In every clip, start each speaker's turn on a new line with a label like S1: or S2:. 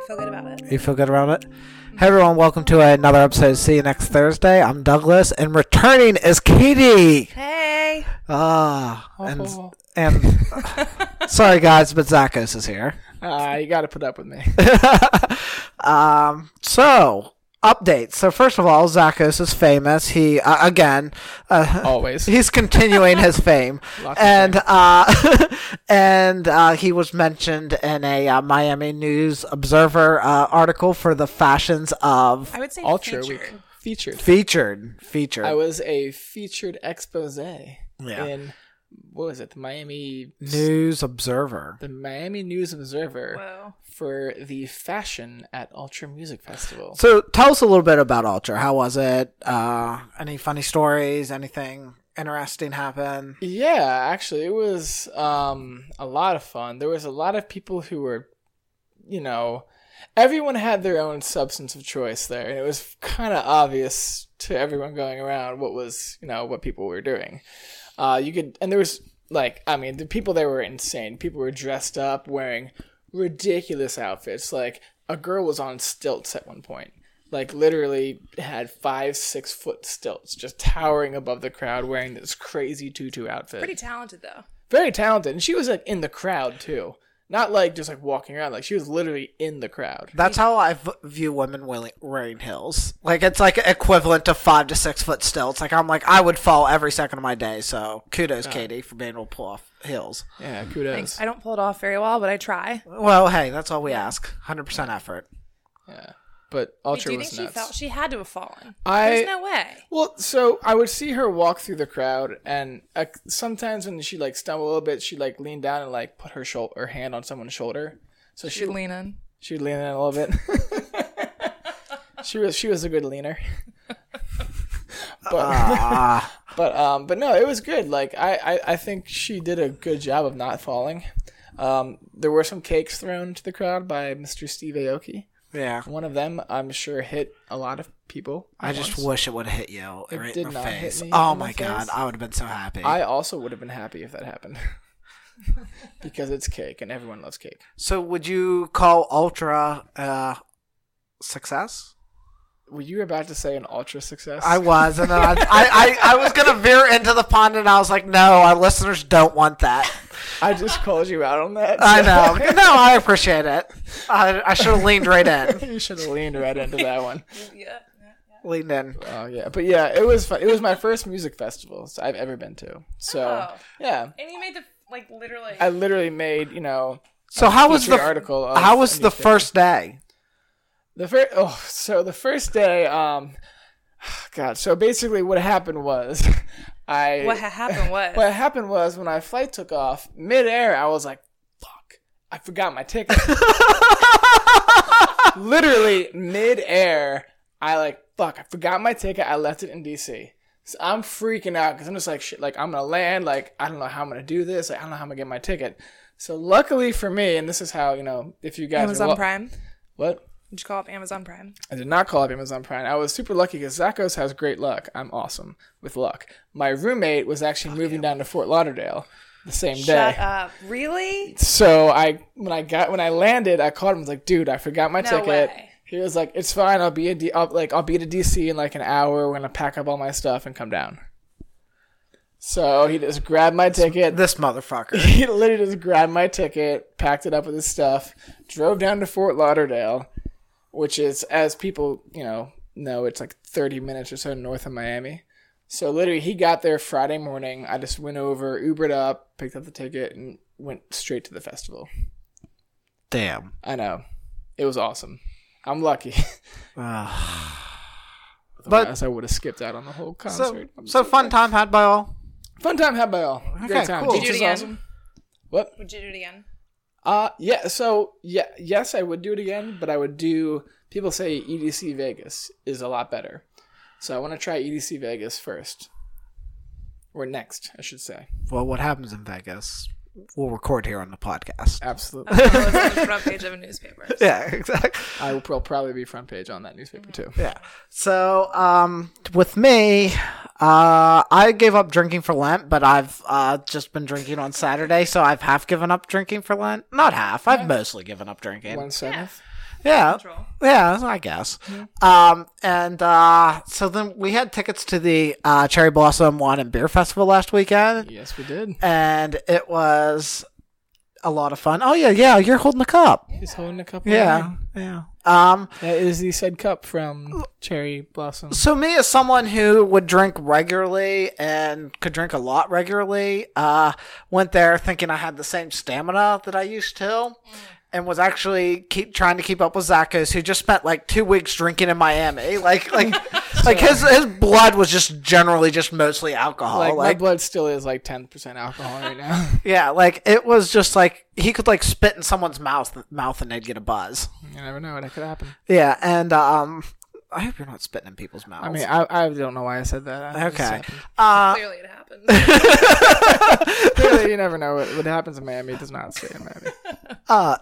S1: You feel good around it? Hey everyone, welcome to another episode. of See you next Thursday. I'm Douglas, and returning is Katie.
S2: Hey.
S1: Ah, and
S3: Oh.
S1: and sorry guys, but Zakos is here.
S3: Uh, you got to put up with me.
S1: um, so updates. So first of all, Zakos is famous. He uh, again, uh,
S3: Always.
S1: he's continuing his fame,
S3: Lots of
S1: and uh, and uh, he was mentioned in a uh, Miami News Observer uh, article for the fashions of
S2: I would say
S3: Ultra
S2: feature.
S3: week. Featured.
S1: featured featured
S3: I was a featured expose in, what was it, the Miami,
S1: News Observer.
S3: the Miami News Observer
S2: Whoa.
S3: for the fashion at Ultra Music Festival.
S1: So tell us a little bit about Ultra. How was it? Uh, any funny stories? Anything interesting happen?
S3: Yeah, actually, it was um, a lot of fun. There was a lot of people who were, you know, everyone had their own substance of choice there, and it was kind of obvious to everyone going around what was, you know, what people were doing. Uh, you could, and there was like, I mean, the people there were insane. People were dressed up, wearing ridiculous outfits. Like a girl was on stilts at one point. Like literally had five, six foot stilts just towering above the crowd, wearing this crazy tutu outfit
S2: Pretty talented though.
S3: very talented and she was like in the crowd too not like just like walking around like she was literally in the crowd
S1: That's how I v- view women wearing, wearing heels. Like it's like equivalent to five to six foot stilts. Like I'm like I would fall every second of my day. So kudos, Katie, for being able to pull off heels.
S3: yeah kudos
S2: Thanks. I don't pull it off very well, but I try.
S1: Well, hey, that's all we ask. Hundred percent effort.
S3: yeah but ultra
S2: Do you
S3: was
S2: think she
S3: nuts
S2: felt she had to have fallen?
S3: I-
S2: There's no way.
S3: well so i would see her walk through the crowd and uh, sometimes when she like stumbled a little bit she like leaned down and like put her shoulder her hand on someone's shoulder so she
S2: She'd lean in.
S3: she would lean in a little bit she was she was a good leaner but
S1: Ah,
S3: But um, but no, it was good. Like I, I, I think she did a good job of not falling. Um, there were some cakes thrown to the crowd by Mr. Steve Aoki.
S1: yeah.
S3: One of them, I'm sure, hit a lot of people. at
S1: I just
S3: once.
S1: wish it would have hit you right
S3: did
S1: in the
S3: not hit
S1: face.
S3: me
S1: Oh
S3: in the
S1: my god,
S3: face.
S1: I would have been so happy.
S3: I also would have been happy if that happened because it's cake and everyone loves cake.
S1: so, would you call Ultra uh, success?
S3: Were you about to say an ultra success?
S1: I was, and then I, I, I, I was gonna veer into the pond, and I was like, no, our listeners don't want that.
S3: I just called you out on that.
S1: I know. No, I appreciate it. I, I should have leaned right in.
S3: you should have leaned right into that one.
S2: Yeah.
S1: Leaned in.
S3: Oh yeah, but yeah, it was fun. It was my first music festival I've ever been to. So
S2: Oh.
S3: yeah.
S2: And you made the like literally.
S3: I literally made, you know,
S1: So how was
S3: feature
S1: the
S3: article of
S1: how was
S3: a
S1: the
S3: newspaper.
S1: first day?
S3: the first oh so the first day um god so basically what happened was I
S2: what ha- happened was
S3: what happened was when I flight took off midair I was like fuck I forgot my ticket literally midair I like fuck I forgot my ticket I left it in DC so I'm freaking out because I'm just like shit like I'm gonna land like I don't know how I'm gonna do this like, I don't know how I'm gonna get my ticket so luckily for me and this is how you know if you guys
S2: Amazon
S3: are, wel-
S2: Prime.
S3: what
S2: Did you call up Amazon Prime?
S3: I did not call up Amazon Prime. I was super lucky because Zachos has great luck. I'm awesome with luck. My roommate was actually moving down to Fort Lauderdale the same
S2: Shut
S3: day.
S2: up. Really?
S3: So I when I got when I landed, I called him. I was like, dude, I forgot my
S2: No
S3: ticket.
S2: way.
S3: He was like, it's fine. I'll be in D- I'll, like I'll be to DC in like an hour. We're gonna pack up all my stuff and come down. So he just grabbed my ticket.
S1: This motherfucker.
S3: He literally just grabbed my ticket, packed it up with his stuff, drove down to Fort Lauderdale, which is, as people you know know, it's like 30 minutes or so north of Miami. So literally, he got there Friday morning. I just went over, Ubered up, picked up the ticket, and went straight to the festival.
S1: Damn.
S3: I know, it was awesome. I'm lucky.
S1: Ugh.
S3: Otherwise, I would have skipped out on the whole
S1: so
S3: concert.
S1: so fun time had by all.
S3: Fun time had by all.
S1: Okay,
S3: Great time.
S1: cool.
S3: Beach
S1: Did
S2: you do it
S3: is awesome.
S2: again?
S3: What?
S2: Would you do it again?
S3: Uh yeah, so yeah, yes, I would do it again, but I would do people say EDC Vegas is a lot better. So I want to try EDC Vegas first. Or next, I should say.
S1: Well, what happens in Vegas? We'll record here on the podcast.
S3: Absolutely.
S2: Oh, it's on the front page of a newspaper.
S1: Yeah, exactly.
S3: I will pro- probably be front page on that newspaper too.
S1: Yeah. So, um, with me, uh, I gave up drinking for Lent, but I've uh, just been drinking on Saturday, so I've half given up drinking for Lent. Not half. I've mostly given up drinking.
S3: One seventh.
S1: Yeah.
S2: Control.
S1: Yeah, I guess. Um, and uh, so then we had tickets to the uh, Cherry Blossom Wine and Beer Festival last weekend,
S3: Yes, we did.
S1: and it was a lot of fun. Oh yeah, yeah, you're holding the cup.
S3: He's holding a cup. of
S1: Yeah,
S3: wine.
S1: yeah. Um,
S3: that is the said cup from Cherry Blossom.
S1: so me as someone who would drink regularly and could drink a lot regularly, uh, went there thinking I had the same stamina that I used to.
S3: Mm.
S1: And was actually keep trying to keep up with Zachos, who just spent like two weeks drinking in Miami. Like, like, like his his blood was just generally just mostly alcohol.
S3: Like,
S1: Like,
S3: my blood still is like ten percent alcohol right now.
S1: yeah, like it was just like he could like spit in someone's mouth mouth and they'd get a buzz.
S3: you never know what could happen.
S1: Yeah, and um, I hope you're not spitting in people's mouths.
S3: I mean, I, I don't know why I said that. I- it just
S1: okay,
S3: happened.
S2: Clearly, it happened.
S3: Clearly, you never know what, what happens in Miami does not stay in Miami.
S1: Uh,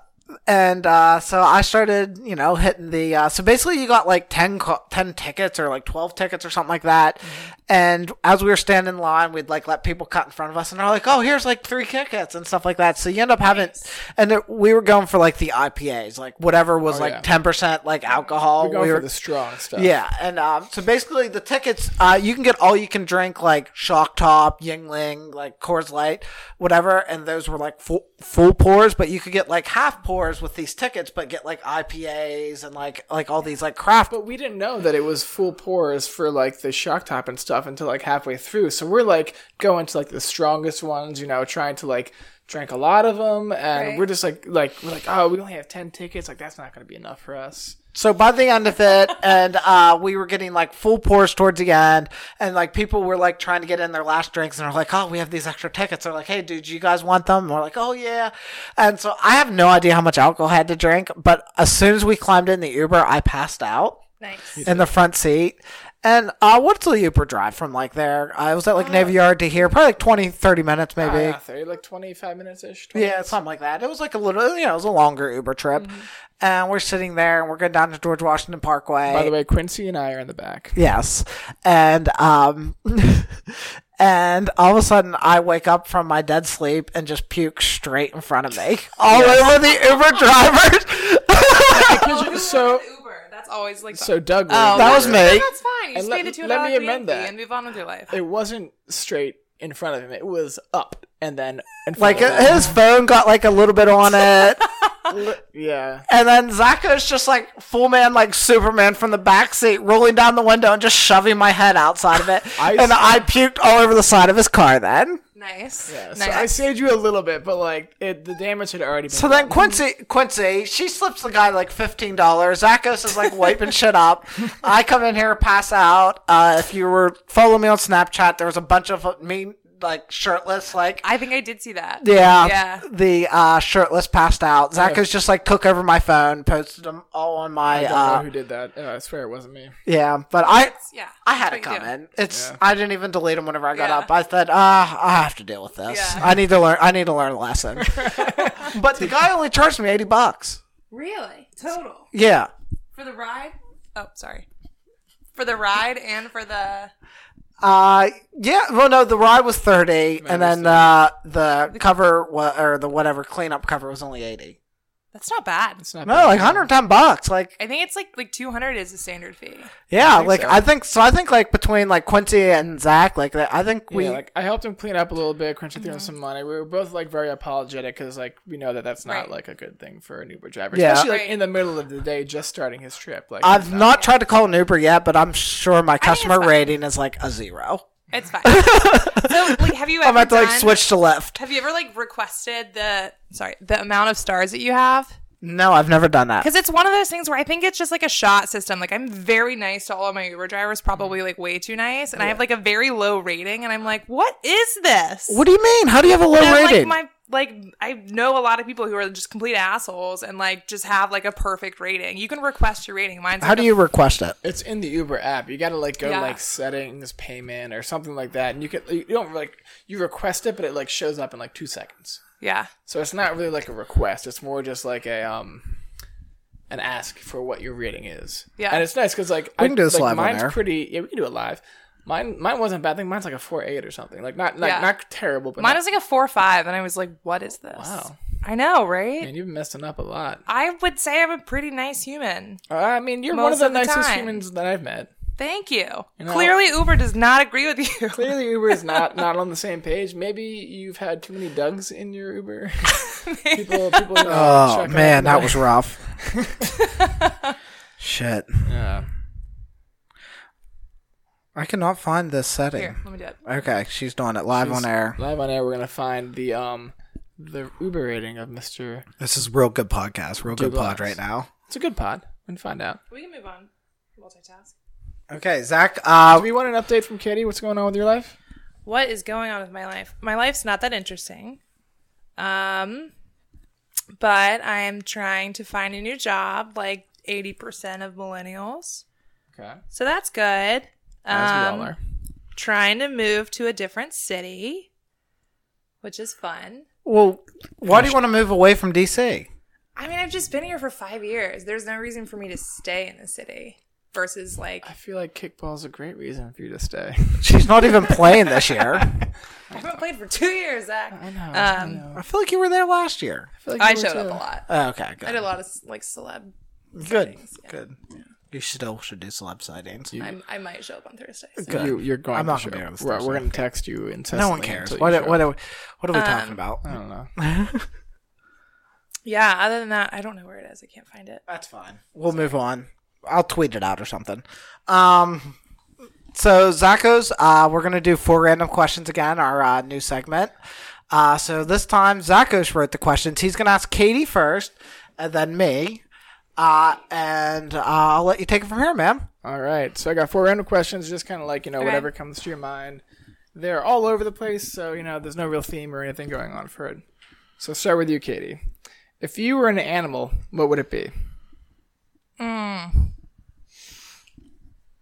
S1: and uh, so I started, you know, hitting the. Uh, so basically, you got like 10, co- 10 tickets or like 12 tickets or something like that.
S3: Mm-hmm.
S1: And as we were standing in line, we'd like let people cut in front of us and they're like, oh, here's like three tickets and stuff like that. So you end up having. And it, we were going for like the IPAs, like whatever was
S3: Oh,
S1: like
S3: yeah.
S1: 10% like alcohol.
S3: We're going
S1: We
S3: for
S1: were-
S3: the strong stuff.
S1: yeah, and um, so basically the tickets, uh, you can get all you can drink, like Shock Top, Yingling, like Coors Light, whatever, and those were like full, full pours, but you could get like half pours with these tickets, but get like IPAs and like like all these like craft.
S3: But we didn't know that it was full pours for like the shock top and stuff until like halfway through. So we're like going to like the strongest ones, you know, trying to like drink a lot of them, and
S2: Right.
S3: we're just like like we're like oh we only have ten tickets, like that's not gonna be enough for us.
S1: So by the end of it, and uh, we were getting like full pours towards the end, and like people were like trying to get in their last drinks, and they're like, "Oh, we have these extra tickets." They're like, "Hey, dude, you guys want them?" And we're like, "Oh yeah." And so I have no idea how much alcohol I had to drink, but as soon as we climbed in the Uber, I passed out
S2: nice.
S1: in the front seat. And uh, what's the Uber drive from like there? I was at like Navy Yard to here, probably like 20, 30 minutes maybe.
S3: Uh, Oh, yeah, thirty like twenty five minutes ish.
S1: Yeah, something like that. It was like a little, you know, it was a longer Uber trip.
S3: Mm-hmm.
S1: And we're sitting there and we're going down to George Washington Parkway.
S3: By the way, Quincy and I are in the back.
S1: Yes. And um and all of a sudden I wake up from my dead sleep and just puke straight in front of me. All over the Uber drivers.
S2: Oh, who
S3: so-
S2: ordered Uber. That's always like
S3: So Doug,
S2: Oh,
S1: that was
S2: no,
S1: me.
S2: no, That's fine. You
S3: And
S2: just
S3: let-
S2: paid the two
S3: let
S2: dollar
S3: me amend
S2: fee
S3: that.
S2: and move on with your life.
S3: it wasn't straight in front of him. It was up and then in front
S1: Like uh,
S3: of him.
S1: his phone got like a little bit on it.
S3: yeah.
S1: And then Zacho's just like full man, like Superman from the back seat, rolling down the window and just shoving my head outside of it.
S3: I
S1: and
S3: see.
S1: I puked all over the side of his car then.
S2: Nice.
S3: Yeah, so I
S2: nice.
S3: saved you a little bit, but like it, the damage had already been.
S1: So then Quincy, Quincy, she slips the guy like fifteen dollars. Zachos is like wiping shit up. I come in here, pass out. Uh, if you were following me on Snapchat, there was a bunch of me like shirtless, like
S2: I think I did see that.
S1: yeah,
S2: Yeah.
S1: the uh, shirtless passed out. Zachos just like took over my phone, posted them all on my
S3: I don't know
S1: uh,
S3: who did that. Oh, I swear it wasn't me.
S1: yeah. But I
S2: Yeah.
S1: I had to
S2: That's what you
S1: come
S2: do.
S1: in. It's
S3: Yeah.
S1: I didn't even delete them whenever I got
S2: Yeah.
S1: up. I said, ah, I have to deal with this.
S2: Yeah.
S1: I need to learn. I need to learn a lesson. but the guy only charged me eighty bucks.
S2: Really? Total.
S1: Yeah.
S2: For the ride? Oh, sorry. For the ride and for the
S1: Uh, yeah. Well, no, the ride was thirty, and
S3: was
S1: then uh, the cover wa- or the whatever cleanup cover was only eighty.
S2: That's not bad.
S3: It's not
S1: No,
S3: bad.
S1: like hundred ten bucks. Like,
S2: I think it's like like two hundred is the standard fee.
S1: yeah,
S3: think
S1: like
S3: so.
S1: I think so. I think like between like Quincy and Zach, like that, I think
S3: Yeah,
S1: we.
S3: like I helped him clean up a little bit, crunching through
S2: Mm-hmm.
S3: him some money. We were both like very apologetic because like we know that that's not
S2: Right.
S3: like a good thing for an Uber driver,
S1: Yeah.
S3: especially like
S2: Right.
S3: in the middle of the day, just starting his trip. Like
S1: I've not tried to call an Uber yet, but I'm sure my customer
S2: fine.
S1: rating is like a zero.
S2: It's fine. so like have you ever
S1: I'm about to like
S2: done-
S1: switch to left.
S2: have you ever like requested the sorry, the amount of stars that you have?
S1: No, I've never done that.
S2: Because it's one of those things where I think it's just like a shot system. Like I'm very nice to all of my Uber drivers, probably
S1: Mm-hmm.
S2: like way too nice, and I have like a very low rating, and I'm like, what is this?
S1: What do you mean? How do you have a low
S2: And,
S1: rating?
S2: Like my like I know a lot of people who are just complete assholes and like just have like a perfect rating. You can request your rating. Mine's
S1: How
S2: like
S1: do
S2: a-
S1: you request it?
S3: It's in the Uber app. You gotta like go
S2: Yeah.
S3: like settings, payment, or something like that, and you can you don't like you request it, but it like shows up in like two seconds.
S2: yeah.
S3: So it's not really like a request. It's more just like a um an ask for what your rating is.
S2: Yeah.
S3: and it's nice because like
S1: We can do this
S3: like,
S1: live on
S3: Mine's
S1: air.
S3: pretty. Yeah, we can do it live. Mine mine wasn't bad. I think mine's like a four eight or something. Like not not,
S2: Yeah.
S3: not terrible, but
S2: Mine
S3: not-
S2: was like a four or five, and I was like, "What is this?"
S3: Wow.
S2: I know, right?
S3: Man, you've been messing up a lot.
S2: I would say I'm a pretty nice human.
S3: I mean, you're
S2: Most
S3: one of the
S2: of the
S3: nicest
S2: time.
S3: humans that I've met.
S2: Thank you.
S3: You know-
S2: Clearly, Uber does not agree with you.
S3: Clearly, Uber is not not on the same page. Maybe you've had too many Dougs in your Uber. people, people. you know,
S1: Oh
S3: chuck it
S1: man,
S3: up.
S1: that was rough. Shit,
S3: Yeah.
S1: I cannot find this setting.
S2: Here, let me do it.
S1: Okay, she's doing it live on air.
S3: Live on air, we're gonna find the um the Uber rating of Mister.
S1: This is real good podcast. Real good pod
S3: Douglas.
S1: right now.
S3: It's a good pod. We can find out.
S2: We can move on. Multitask.
S1: Okay, Zach. Uh,
S3: We want an update from Katie. What's going on with your life?
S2: What is going on with my life? My life's not that interesting. Um, but I am trying to find a new job, like 80% of millennials.
S3: Okay.
S2: So that's good.
S3: As we
S2: Um,
S3: all are.
S2: Trying to move to a different city, which is fun.
S1: well, why do you want to move away from DC?
S2: I mean, I've just been here for five years. There's no reason for me to stay in the city versus like
S3: I feel like kickball's a great reason for you to stay.
S1: She's not even playing this year.
S2: I haven't played for two years, Zach. I
S3: know,
S2: Um,
S3: I know.
S1: I feel like you were there last year. Oh,
S3: I, feel like
S2: I
S3: you were
S2: showed up
S3: too.
S2: a lot.
S1: Okay, good.
S2: I did a lot of like celeb.
S1: Good. Good. You still should do celeb sightings.
S2: I'm, I might show up on Thursdays.
S1: Good.
S3: You, you're going
S1: I'm
S3: to
S1: not
S3: show
S1: gonna be able
S3: up.
S1: to
S3: We're,
S1: stop
S3: we're going to text you incessantly.
S1: no one cares.
S3: until you
S1: What
S3: show
S1: are,
S3: up.
S1: what, are, what are we
S2: Um,
S1: talking about?
S3: I don't know.
S2: Yeah. Other than that, I don't know where it is. I can't find it.
S1: That's fine. We'll move on. I'll tweet it out or something. Um, so Zacos, uh, we're gonna do four random questions again. Our uh, new segment. Uh, so this time Zacos wrote the questions. He's gonna ask Katie first, and then me. Uh, and uh, I'll let you take it from here, ma'am.
S3: All right. So I got four random questions, just kind of like, you know, whatever comes to your mind. They're all over the place, so, you know, there's no real theme or anything going on for it. So I'll start with you, Katie. If you were an animal, what would it be?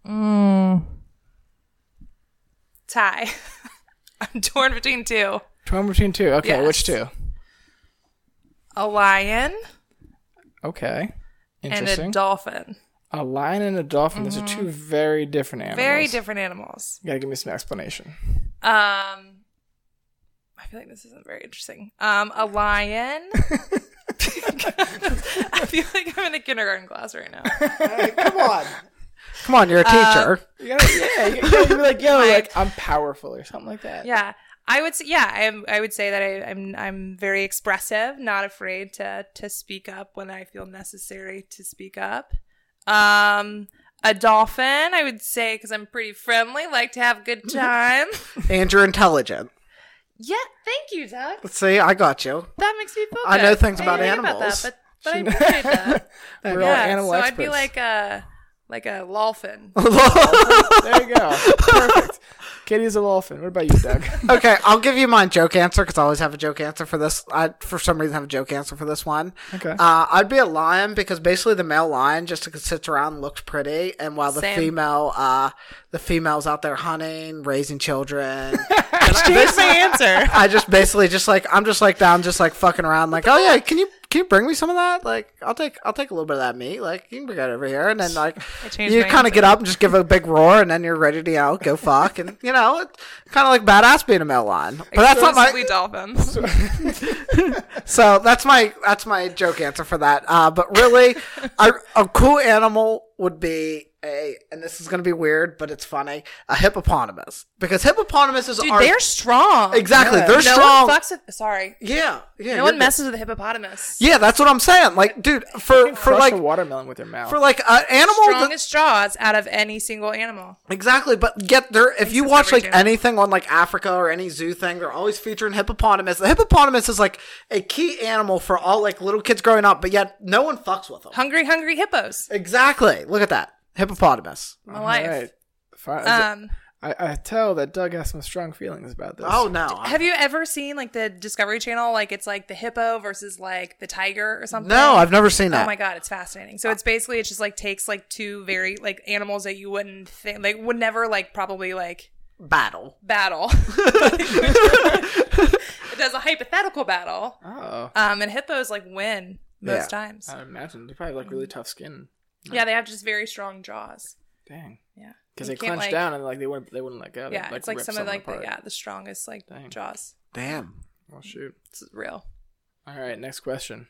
S2: Tie. I'm torn between two.
S3: Torn between two. Okay, which two?
S2: Yes. A lion
S3: Okay.
S2: and
S3: Interesting.
S2: a dolphin.
S3: a lion and a dolphin. Those are two very different animals.
S2: Mm-hmm. Very different animals.
S3: You gotta give me some explanation.
S2: Um, I feel like this isn't very interesting. Um, a lion. I feel like I'm in a kindergarten class right now.
S1: Come on. Uh, Come on, you're a teacher.
S3: You gotta, yeah, you gotta be like, yo, like I'm powerful or something like that.
S2: Yeah, I would. Say, yeah, I, am- I would say that I, I'm I'm very expressive, not afraid to to speak up when I feel necessary to speak up. Um, a dolphin, I would say, because I'm pretty friendly, like to have a good time.
S1: and you're intelligent.
S2: Mm-hmm. yeah, thank you, Doug.
S1: See, I got you.
S2: That makes me feel.
S1: I
S2: good.
S1: know things
S2: I
S1: about
S2: didn't think
S1: animals.
S2: that, but, but I appreciate that.
S3: We're all
S2: yeah,
S3: animal
S2: so
S3: experts.
S2: I'd be like a like a lolfin.
S1: Oh,
S3: There you go. Perfect. Katie's a dolphin. What about you, Doug?
S1: okay, I'll give you my joke answer because I always have a joke answer for this. I for some reason have a joke answer for this one.
S3: Okay.
S1: Uh, I'd be a lion because basically the male lion just sits around, and looks pretty, and while the
S2: Same.
S1: female, uh, the females out there hunting, raising children.
S2: Change my answer.
S1: I just basically just like I'm just like down, just like fucking around, like oh yeah, can you can you bring me some of that? Like I'll take I'll take a little bit of that meat. Like you can bring it over here, and then like
S2: changed
S1: you
S2: my answer.
S1: kind of get up and just give a big roar, and then you're ready to yell, go fuck, and you know, it's kind of like badass being a male lion. But that's not my
S2: Exclusively dolphins.
S1: so that's my that's my joke answer for that. Uh, but really, a, a cool animal would be a, and this is gonna be weird, but it's funny, a hippopotamus because hippopotamuses
S2: Dude,
S1: are
S2: they're strong.
S1: exactly they're
S2: no
S1: strong.
S2: one fucks with. Sorry,
S1: yeah, yeah.
S2: no one
S1: you're-
S2: messes with a hippopotamus.
S1: Yeah, that's what I'm saying. Like, dude, for for
S3: Crush
S1: like
S3: a watermelon with your mouth.
S1: for like an animal. that-
S2: Strongest jaws out of any single animal.
S1: Exactly, but get there. If you
S2: it's
S1: watch
S2: every
S1: like
S2: channel.
S1: anything on like Africa or any zoo thing, they're always featuring hippopotamus. The hippopotamus is like a key animal for all like little kids growing up, but yet no one fucks with them.
S2: Hungry, hungry hippos.
S1: Exactly. Look at that hippopotamus.
S2: My life.
S3: Fine.
S2: Um,
S3: I, I tell that Doug has some strong feelings about this.
S1: Oh no, I-
S2: have you ever seen like the Discovery Channel? Like it's like the hippo versus like the tiger or something.
S1: no, I've never seen that.
S2: Oh my god, it's fascinating. So it's basically it just like takes like two very like animals that you wouldn't think like would never like probably like
S1: Battle.
S2: battle. it does a hypothetical battle.
S3: Oh.
S2: Um, and hippos like win most
S1: Yeah.
S2: times.
S3: I imagine they probably have like really tough skin.
S2: yeah, they have just very strong jaws.
S3: Dang.
S2: Yeah,
S3: Because
S2: You
S3: they
S2: can't,
S3: clench
S2: like-
S3: down and like they wouldn't they wouldn't let go. They'd,
S2: Yeah, it's like
S3: rip
S2: some of
S3: someone
S2: like the,
S3: apart.
S2: yeah the strongest like
S3: Dang.
S2: jaws.
S1: Damn.
S3: Oh shoot.
S2: It's real.
S3: All right, next question.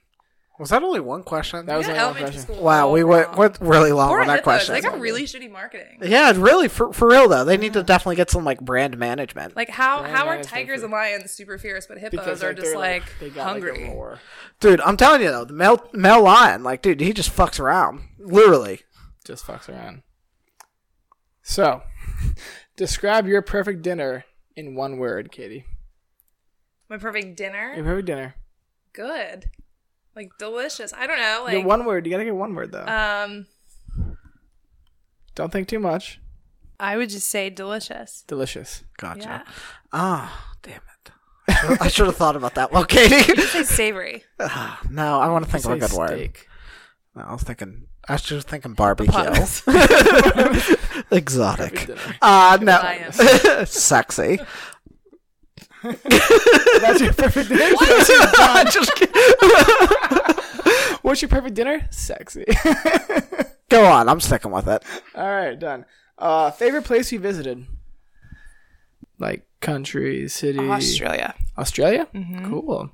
S1: Was that only one question?
S3: That was
S2: Yeah,
S3: only one
S2: elementary
S3: question.
S2: school.
S1: wow, we went, went really long
S2: Poor
S1: with that
S2: hippos,
S1: question.
S2: They got really shitty marketing.
S1: yeah, really, for, for real though, they need to definitely get some like brand management.
S2: Like how
S3: Lion
S2: how are
S3: lions don't
S2: tigers
S3: fear.
S2: and lions super fierce, but hippos
S3: Because,
S2: are
S3: like,
S2: just
S3: they're,
S2: like,
S3: they got, like, a
S2: hungry.
S3: roar.
S1: dude, I'm telling you though, the male male lion, like, dude, he just fucks around, literally.
S3: just fucks around. So, describe your perfect dinner in one word, Katie.
S2: My perfect
S3: Your
S2: dinner,
S3: perfect dinner.
S2: good, like delicious. I don't know,
S3: Your
S2: like
S3: one word. You gotta get one word though.
S2: um,
S3: Don't think too much.
S2: I would just say delicious.
S3: Delicious.
S1: Gotcha.
S2: Yeah,
S1: Ah, damn it. I should have thought about that. Well, Katie.
S2: I'd say savory.
S1: Ah, no, I want to think of a
S3: Say
S1: good word.
S3: steak.
S1: No, I was thinking. I was just thinking barbecue.
S2: Pause.
S1: Exotic.
S3: Perfect dinner.
S1: Uh
S2: Lion.
S1: no. Sexy.
S3: That's your perfect dinner.
S1: I'm just kidding.
S3: What's your perfect dinner? Sexy.
S1: Go on. I'm sticking with it.
S3: All right, done. Uh, favorite place you visited? Like country, city,
S2: Australia.
S3: Australia?
S2: Mm-hmm.
S3: Cool.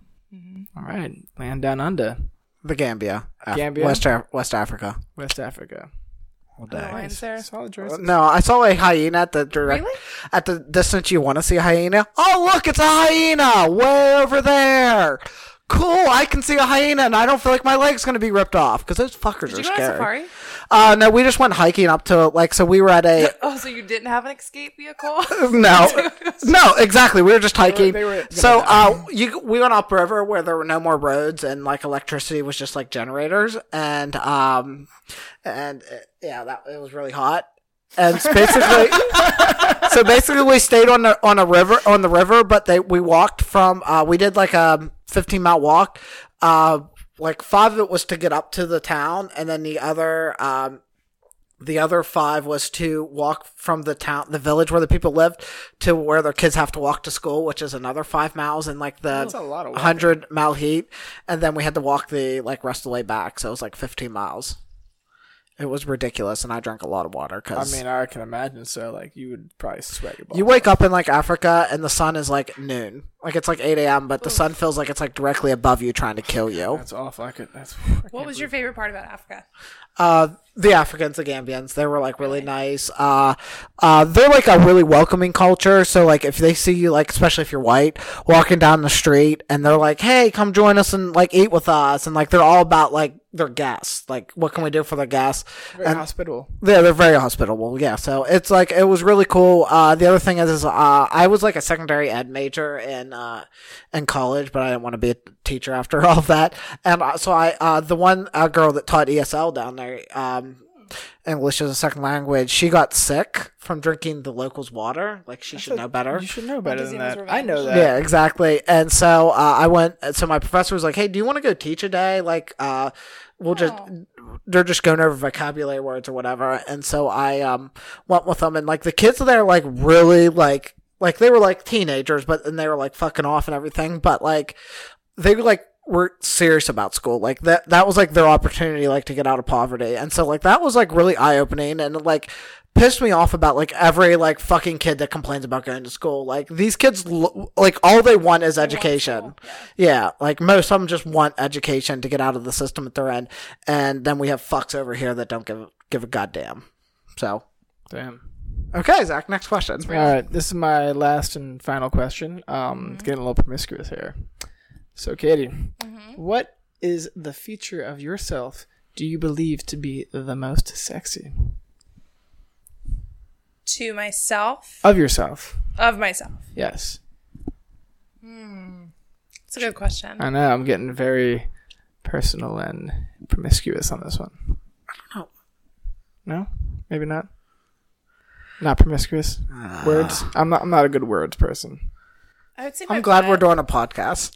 S3: All right, land down under,
S1: The Gambia. Af-
S3: Gambia?
S1: West Af- West Africa.
S3: West Africa.
S1: All
S2: Oh,
S1: day.
S2: mine's there.
S3: Solid choice.
S1: No, I saw a hyena at the direct
S2: Really?
S1: at the distance you want to see a hyena. Oh, look, it's a hyena way over there. Cool, I can see a hyena, and I don't feel like my leg's gonna be ripped off because those fuckers
S2: Did
S1: are
S2: you go on
S1: scary.
S2: safari?
S1: Uh, no, we just went hiking up to like so we were at a
S2: Oh, so you didn't have an escape vehicle?
S1: no, no, exactly. We were just hiking.
S3: they were-
S1: so uh, you we went upriver where there were no more roads and like electricity was just like generators and um and uh, yeah, that it was really hot. And it's basically, so basically, we stayed on the on a river on the river, but they we walked from uh, we did like a fifteen mile walk. Uh, like five of it was to get up to the town, and then the other um, the other five was to walk from the town, the village where the people lived, to where their kids have to walk to school, which is another five miles in like
S3: That's a
S1: the
S3: lot of walking.
S1: hundred mile heat. And then we had to walk the like rest of the way back, so it was like fifteen miles. It was ridiculous, and I drank a lot of water
S3: I
S1: because
S3: mean, I can imagine. So, like, you would probably sweat your balls.
S1: you wake up in like Africa and the sun is like noon, like it's like eight a.m., but the sun feels like it's like directly above you, trying to kill you.
S3: That's awful. I could. That's.
S2: what was your favorite part about Africa?
S1: Uh, the Africans, the Gambians, they were like really nice. Uh, uh, they're like a really welcoming culture. So like if they see you, like especially if you're white, walking down the street, and they're like, "Hey, come join us and like eat with us," and like they're all about like their guests, like what can we do for their guests,
S3: Very
S1: and
S3: hospitable.
S1: Yeah, they're very hospitable. Yeah, so it's like it was really cool. Uh, the other thing is, is uh, I was like a secondary ed major in uh, in college, but I didn't want to be a teacher after all that. And uh, so I, uh, the one uh, girl that taught ESL down there, um, English as a second language, she got sick from drinking the locals' water. Like she should know better.
S3: You should know better than
S2: Disease
S3: that.
S2: revenge.
S3: I know that.
S1: Yeah, exactly. And so uh, I went. So my professor was like, "Hey, do you want to go teach a day? Like, uh, we'll just they're just going over vocabulary words or whatever." And so I um went with them, and like the kids there, like really like like they were like teenagers, but and they were like fucking off and everything, but like they like were serious about school like that that was like their opportunity like to get out of poverty and so like that was like really eye-opening and like pissed me off about like every like fucking kid that complains about going to school like these kids lo- like all they want is education yeah like most of them just want education to get out of the system at their end and then we have fucks over here that don't give give a goddamn so
S3: Damn.
S1: okay zach next question
S3: All right. This is my last and final question. Um, it's getting a little promiscuous here. So, Katie, what is the feature of yourself do you believe to be the most sexy
S2: To myself,
S3: of yourself?
S2: of myself.
S3: Yes.
S2: It's a good question.
S3: I know. I'm getting very personal and promiscuous on this one.
S1: know.
S3: No, maybe not. Not promiscuous.
S1: Ah.
S3: words. I'm not. I'm not a good words person.
S2: I would say my
S1: i'm glad we're
S2: butt.
S1: doing a podcast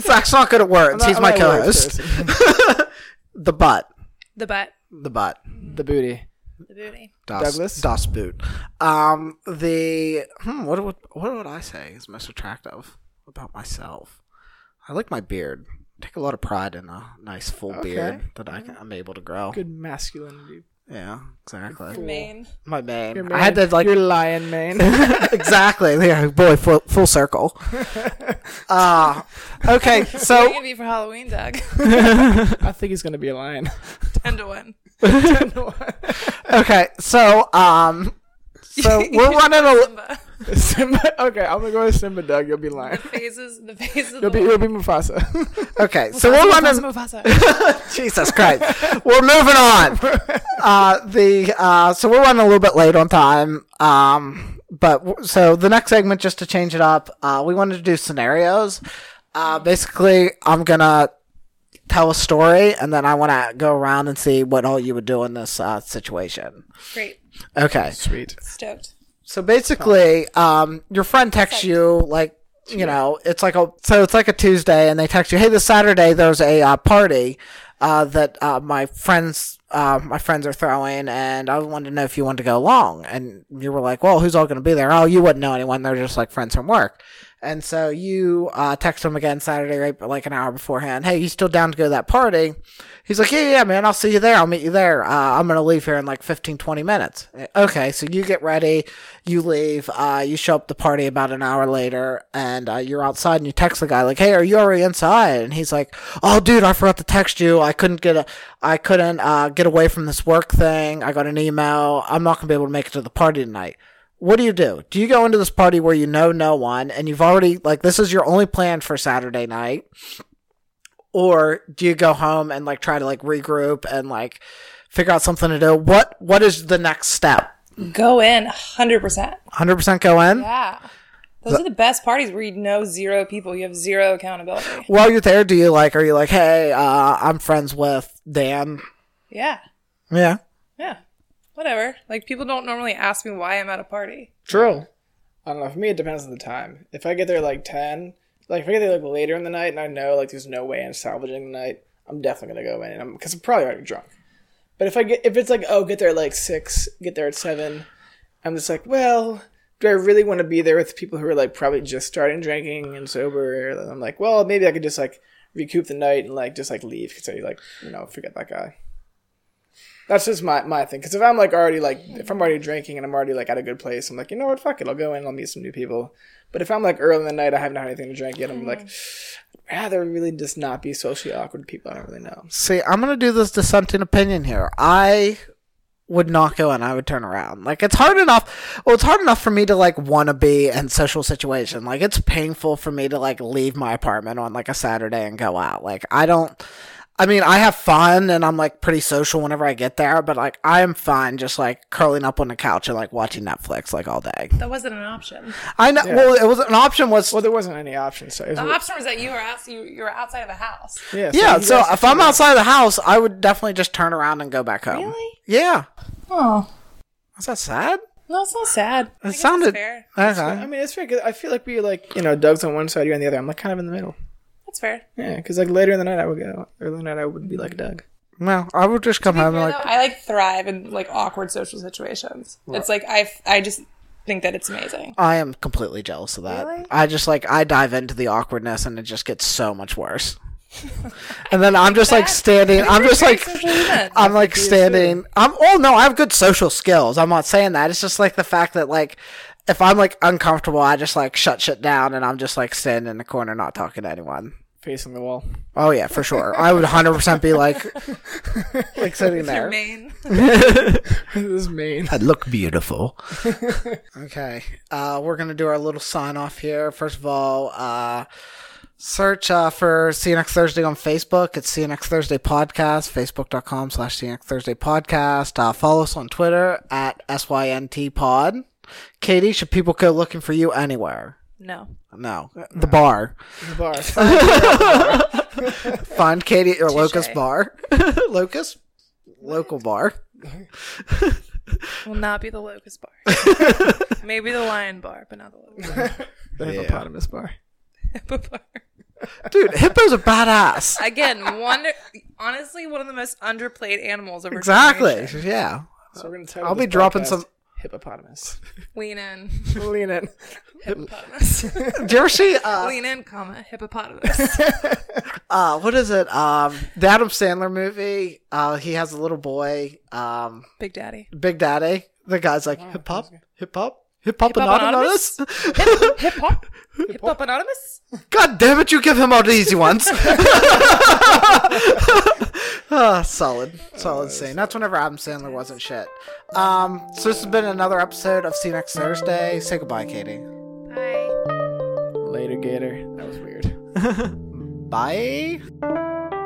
S1: zach's not good at words
S3: I'm
S1: he's
S3: not-
S1: my
S3: I'm not a words
S1: co-host
S3: person.
S1: the butt
S2: the butt,
S1: the butt
S3: the booty.
S2: the booty.
S1: Das,
S3: Douglas?
S1: Das Boot. Um, the hmm, what would what would I say is most attractive about myself? I like my beard. I take a lot of pride in a nice full
S3: Okay.
S1: beard that I can, I'm able to grow.
S3: Good masculinity
S1: Yeah, exactly.
S2: Your mane.
S1: My name.
S3: Your
S1: I had to
S3: man-
S1: like
S3: your lion mane.
S1: exactly. Yeah, boy, full, full circle. Ah, okay.
S2: What are you
S1: So
S2: gonna be for Halloween, Doug?
S3: I think he's gonna be a lion.
S2: Ten to one.
S1: okay, so um, so we're running a.
S2: Simba.
S3: Simba. Okay, I'm gonna go with Simba. Doug, you'll be
S2: The
S3: lion.
S2: phases. The phases.
S3: You'll
S2: of
S3: be
S2: the
S3: you'll be Mufasa.
S1: Okay, so we're running.
S2: Mufasa, Mufasa.
S1: Jesus Christ. We're moving on. Uh, the uh, so we're running a little bit late on time. Um, but w- so the next segment, just to change it up, uh, we wanted to do scenarios. Uh, basically, I'm gonna tell a story, and then I want to go around and see what all you would do in this uh, situation.
S2: Great.
S1: Okay.
S3: Sweet.
S2: Stoked.
S1: So basically, um, your friend texts you like you know it's like a so it's like a Tuesday, and they text you, hey, this Saturday there's a uh, party uh, that uh, my friends uh, my friends are throwing, and I wanted to know if you wanted to go along. And you were like, well, who's all going to be there? Oh, you wouldn't know anyone; they're just like friends from work. And so you uh, text him again Saturday, right, like an hour beforehand. Hey, you still down to go to that party? He's like, yeah, yeah, man, I'll see you there. I'll meet you there. Uh, I'm going to leave here in like 15, 20 minutes. Uh, Okay, so you get ready, you leave, uh, you show up at the party about an hour later, and uh, you're outside and you text the guy, like, hey, are you already inside? And he's like, oh, dude, I forgot to text you. I couldn't get a, I couldn't uh, get away from this work thing. I got an email. I'm not going to be able to make it to the party tonight. What do you do? Do you go into this party where you know no one and you've already, like, this is your only plan for Saturday night? or do you go home and like try to like regroup and like figure out something to do what what is the next step
S2: Go in, hundred percent.
S1: 100% go in
S2: Yeah. Those are the best parties where you know zero people. You have zero accountability.
S1: while you're there do you like are you like hey uh, i'm friends with dan
S2: Yeah.
S1: yeah
S2: Yeah. Whatever. Like people don't normally ask me why I'm at a party.
S3: True. I don't know. For me, it depends on the time. If I get there like ten, like if I get there like later in the night, and I know like there's no way I'm salvaging the night, I'm definitely gonna go in, and I'm because I'm probably already drunk. But if I get if it's like oh get there at like six, get there at seven, I'm just like well. Do I really want to be there with people who are like probably just starting drinking and sober? And I'm like, well, maybe I could just like recoup the night and like just like leave because I like you know forget that guy. That's just my, my thing. Because if I'm like already like if I'm already drinking and I'm already like at a good place, I'm like you know what, fuck it, I'll go in, I'll meet some new people. But if I'm like early in the night, I haven't had anything to drink yet. I'm like, I'd rather really just not be socially awkward with people I don't really know.
S1: see i'm gonna do this dissenting opinion here i would not go in i would turn around like it's hard enough well it's hard enough for me to like wanna be in social situation like it's painful for me to like leave my apartment on like a saturday and go out like i don't I mean, I have fun and I'm like pretty social whenever I get there, but like I am fine just like curling up on the couch and like watching Netflix like all day.
S2: That wasn't an option.
S1: I know. Well, it was an option was
S3: Well, there wasn't any option, so it was,
S2: The option was that you were asked, you, you were outside of the house.
S3: yeah. So
S1: yeah.
S3: you
S1: So
S3: guys-
S1: if I'm outside the house, I would definitely just turn around and go back home.
S2: Really?
S1: Yeah.
S2: Oh.
S1: Is that sad?
S2: No, it's not sad. I
S1: It
S2: guess it's
S1: sounded.
S2: fair.
S1: Okay.
S3: I mean, it's fair. 'cause I feel like we like you know, Doug's on one side, you're on the other. I'm like kind of in the middle.
S2: That's fair.
S3: Yeah, because like later in the night I would go. Early in the night I would be like Doug.
S1: Well, I would just come home
S2: Fair,
S1: and
S2: though,
S1: like,
S2: I like thrive in like awkward social situations. It's like I, I just think that it's amazing.
S1: I am completely jealous of that. I just like, I dive into the awkwardness and it just gets so much worse. and then I'm just like standing, I'm just like,
S2: Social event.
S1: I'm like standing. I'm, oh no, I have good social skills. I'm not saying that. It's just like the fact that like, if I'm like uncomfortable, I just like shut shit down and I'm just like standing in the corner not talking to anyone.
S3: Facing the wall.
S1: Oh yeah, for sure. I would 100% be like, like sitting there.
S2: Maine.
S3: this is mean.
S1: I look beautiful. okay. Uh, we're going to do our little sign off here. First of all, uh, search uh, for See You Next Thursday on Facebook. It's See You Next Thursday Podcast, facebook.com slash See You Next Thursday Podcast. Uh, follow us on Twitter at SYNT Pod. Katie, should people go looking for you anywhere?
S2: No.
S1: No, the bar.
S3: The bar.
S1: Find Katie at your locust bar. locust? Local bar.
S2: Will not be the locust bar. Maybe the lion bar, but not the locust
S3: the hippopotamus bar.
S2: hippo bar.
S1: Dude, hippos are badass.
S2: Again, one honestly one of the most underplayed animals of our
S1: Exactly.
S2: generation.
S1: Yeah.
S3: So we're gonna title
S1: I'll
S3: this
S1: be dropping
S3: podcast,
S1: some-
S3: hippopotamus.
S2: Lean in.
S3: Lean in.
S2: Hippopotamus.
S1: Did you ever see uh,
S2: Lean in, comma, hippopotamus.
S1: uh what is it? Um the Adam Sandler movie. Uh he has a little boy, um
S2: Big Daddy.
S1: Big Daddy. The guy's like hip hop, hip hop, Oh, hip hop
S2: Hippopotamus?
S1: anonymous.
S2: Hip hip hop? Hip hop anonymous?
S1: God damn it, you give him all the easy ones. Ah, solid, solid scene. That's whenever Adam Sandler wasn't shit. Um, so this has been another episode of See You Next Thursday. Say goodbye, Katie.
S2: Bye.
S3: Later, Gator. That was weird.
S1: Bye.